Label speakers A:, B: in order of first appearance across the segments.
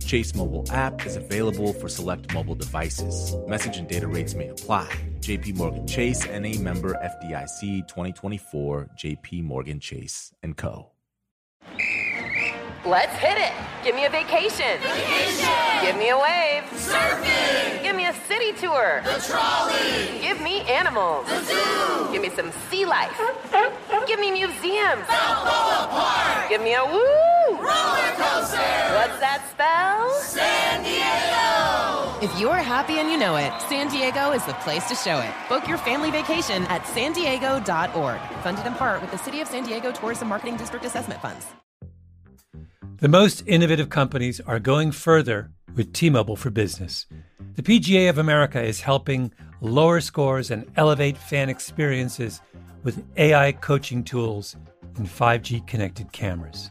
A: Chase mobile app is available for select mobile devices. Message and data rates may apply. JP Morgan Chase and a member FDIC 2024 JP Morgan Chase and Co.
B: Let's hit it. Give me a vacation. Vacation. Give me a wave. Surfing. Give me a city tour. The trolley. Give me animals. The zoo. Give me some sea life. Give me museums. Balboa Park. Give me a woo. Roller coaster. What's that spell? San Diego.
C: If you're happy and you know it, San Diego is the place to show it. Book your family vacation at san diego.org. Funded in part with the City of San Diego Tourism Marketing District Assessment Funds.
D: The most innovative companies are going further with T Mobile for Business. The PGA of America is helping lower scores and elevate fan experiences with AI coaching tools and 5G connected cameras.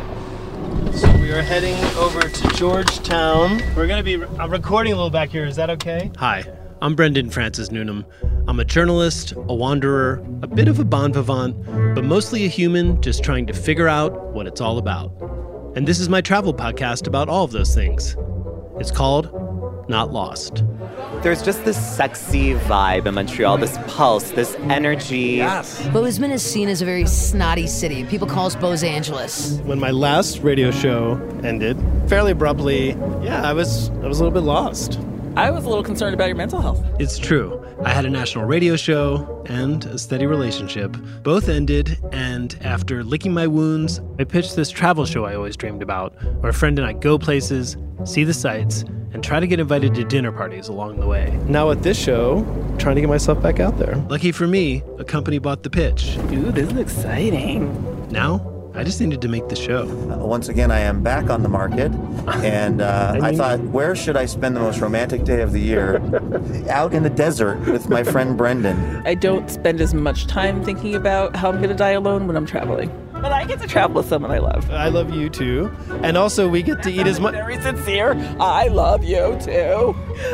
E: So we are heading over to Georgetown.
F: We're going to be I'm recording a little back here. Is that okay?
E: Hi, I'm Brendan Francis Noonan. I'm a journalist, a wanderer, a bit of a bon vivant, but mostly a human just trying to figure out what it's all about. And this is my travel podcast about all of those things. It's called Not Lost.
G: There's just this sexy vibe in Montreal, this pulse, this energy.
D: Yes.
H: Bozeman is seen as a very snotty city. People call us Bose Angeles.
I: When my last radio show ended, fairly abruptly, yeah, I was I was a little bit lost.
J: I was a little concerned about your mental health.
E: It's true. I had a national radio show and a steady relationship. Both ended, and after licking my wounds, I pitched this travel show I always dreamed about, where a friend and I go places, see the sights, and try to get invited to dinner parties along the way.
I: Now at this show, trying to get myself back out there.
E: Lucky for me, a company bought the pitch.
J: Dude, this is exciting.
E: Now, I just needed to make the show.
K: Uh, Once again, I am back on the market, and uh, I thought, where should I spend the most romantic day of the year? Out in the desert with my friend Brendan.
J: I don't spend as much time thinking about how I'm going to die alone when I'm traveling. But I get to travel with someone I love.
I: I love you too, and also we get to eat as much.
J: Very sincere. I love you too.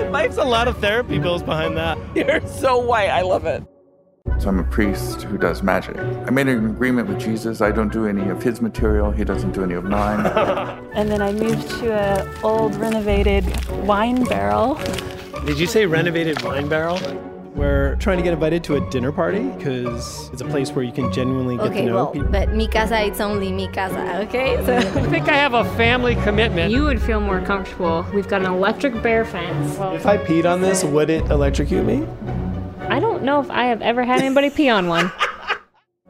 I: Life's a lot of therapy bills behind that.
J: You're so white. I love it.
L: So I'm a priest who does magic. I made an agreement with Jesus. I don't do any of his material. He doesn't do any of mine.
M: And then I moved to a old renovated wine barrel.
E: Did you say renovated wine barrel?
I: We're trying to get invited to a dinner party because it's a place where you can genuinely get
N: Okay,
I: to know
N: well,
I: people.
N: but mi casa, it's only mi casa, okay? So
F: I think I have a family commitment.
O: You would feel more comfortable. We've got an electric bear fence.
I: If I peed on this, would it electrocute me?
O: I don't know if I have ever had anybody pee on one.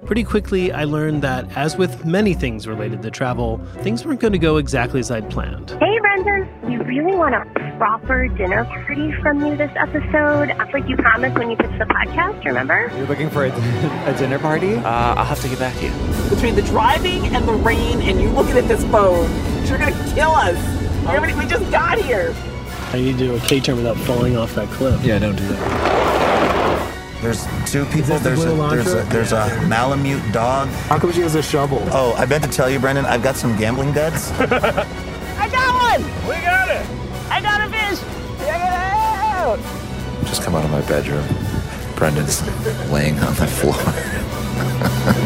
E: Pretty quickly, I learned that, as with many things related to travel, things weren't going to go exactly as I'd planned.
P: Hey, Brendan, we really want a proper dinner party from you this episode. That's like you promised when you pitched the podcast, remember?
G: You're looking for a, a dinner party?
J: Uh, I'll have to get back to you. Between the driving and the rain, and you looking at this phone, you're gonna kill us. You're gonna- We just got here.
E: I need to do a K turn without falling off that cliff.
G: Yeah, don't do that.
K: There's two people. There's a, there's a there's a Malamute dog.
I: How come she has a shovel?
K: Oh, I meant to tell you, Brendan. I've got some gambling debts.
J: I got one. We got it. I got a fish. Check it out.
L: Just come out of my bedroom. Brendan's laying on the floor.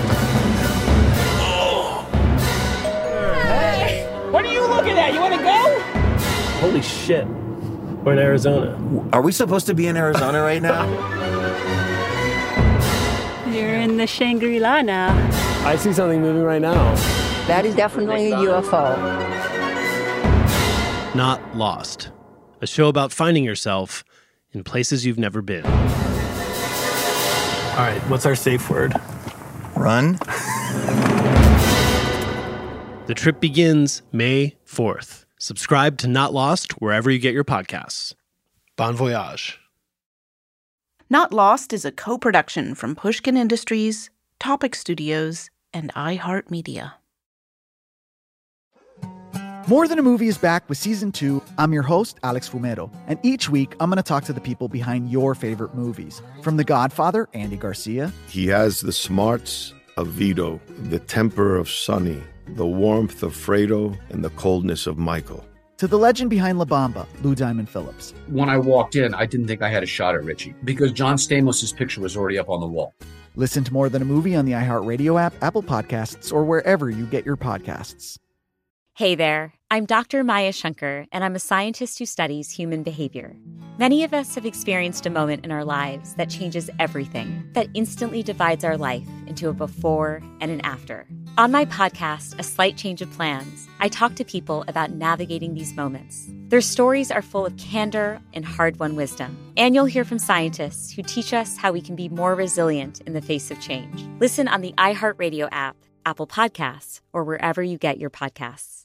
J: What are you looking at? You wanna go?
E: Holy shit. We're in Arizona.
K: Are we supposed to be in Arizona right now?
M: You're in the Shangri La now.
E: I see something moving right now.
B: That is definitely a UFO.
E: Not Lost, a show about finding yourself in places you've never been.
I: All right, what's our safe word?
K: Run.
E: The trip begins May 4th. Subscribe to Not Lost wherever you get your podcasts. Bon voyage.
B: Not Lost is a co production from Pushkin Industries, Topic Studios, and iHeartMedia.
K: More Than a Movie is back with season two. I'm your host, Alex Fumero, and each week I'm going to talk to the people behind your favorite movies. From The Godfather, Andy Garcia,
Q: He has the smarts of Vito, the temper of Sonny, the warmth of Fredo, and the coldness of Michael.
K: to the legend behind La Bamba, Lou Diamond Phillips.
R: When I walked in, I didn't think I had a shot at Richie because John Stamos's picture was already up on the wall.
K: Listen to More Than a Movie on the iHeartRadio app, Apple Podcasts, or wherever you get your podcasts.
S: Hey there, I'm Dr. Maya Shunker, and I'm a scientist who studies human behavior. Many of us have experienced a moment in our lives that changes everything, that instantly divides our life into a before and an after. On my podcast, A Slight Change of Plans, I talk to people about navigating these moments. Their stories are full of candor and hard won wisdom. And you'll hear from scientists who teach us how we can be more resilient in the face of change. Listen on the iHeartRadio app, Apple Podcasts, or wherever you get your podcasts.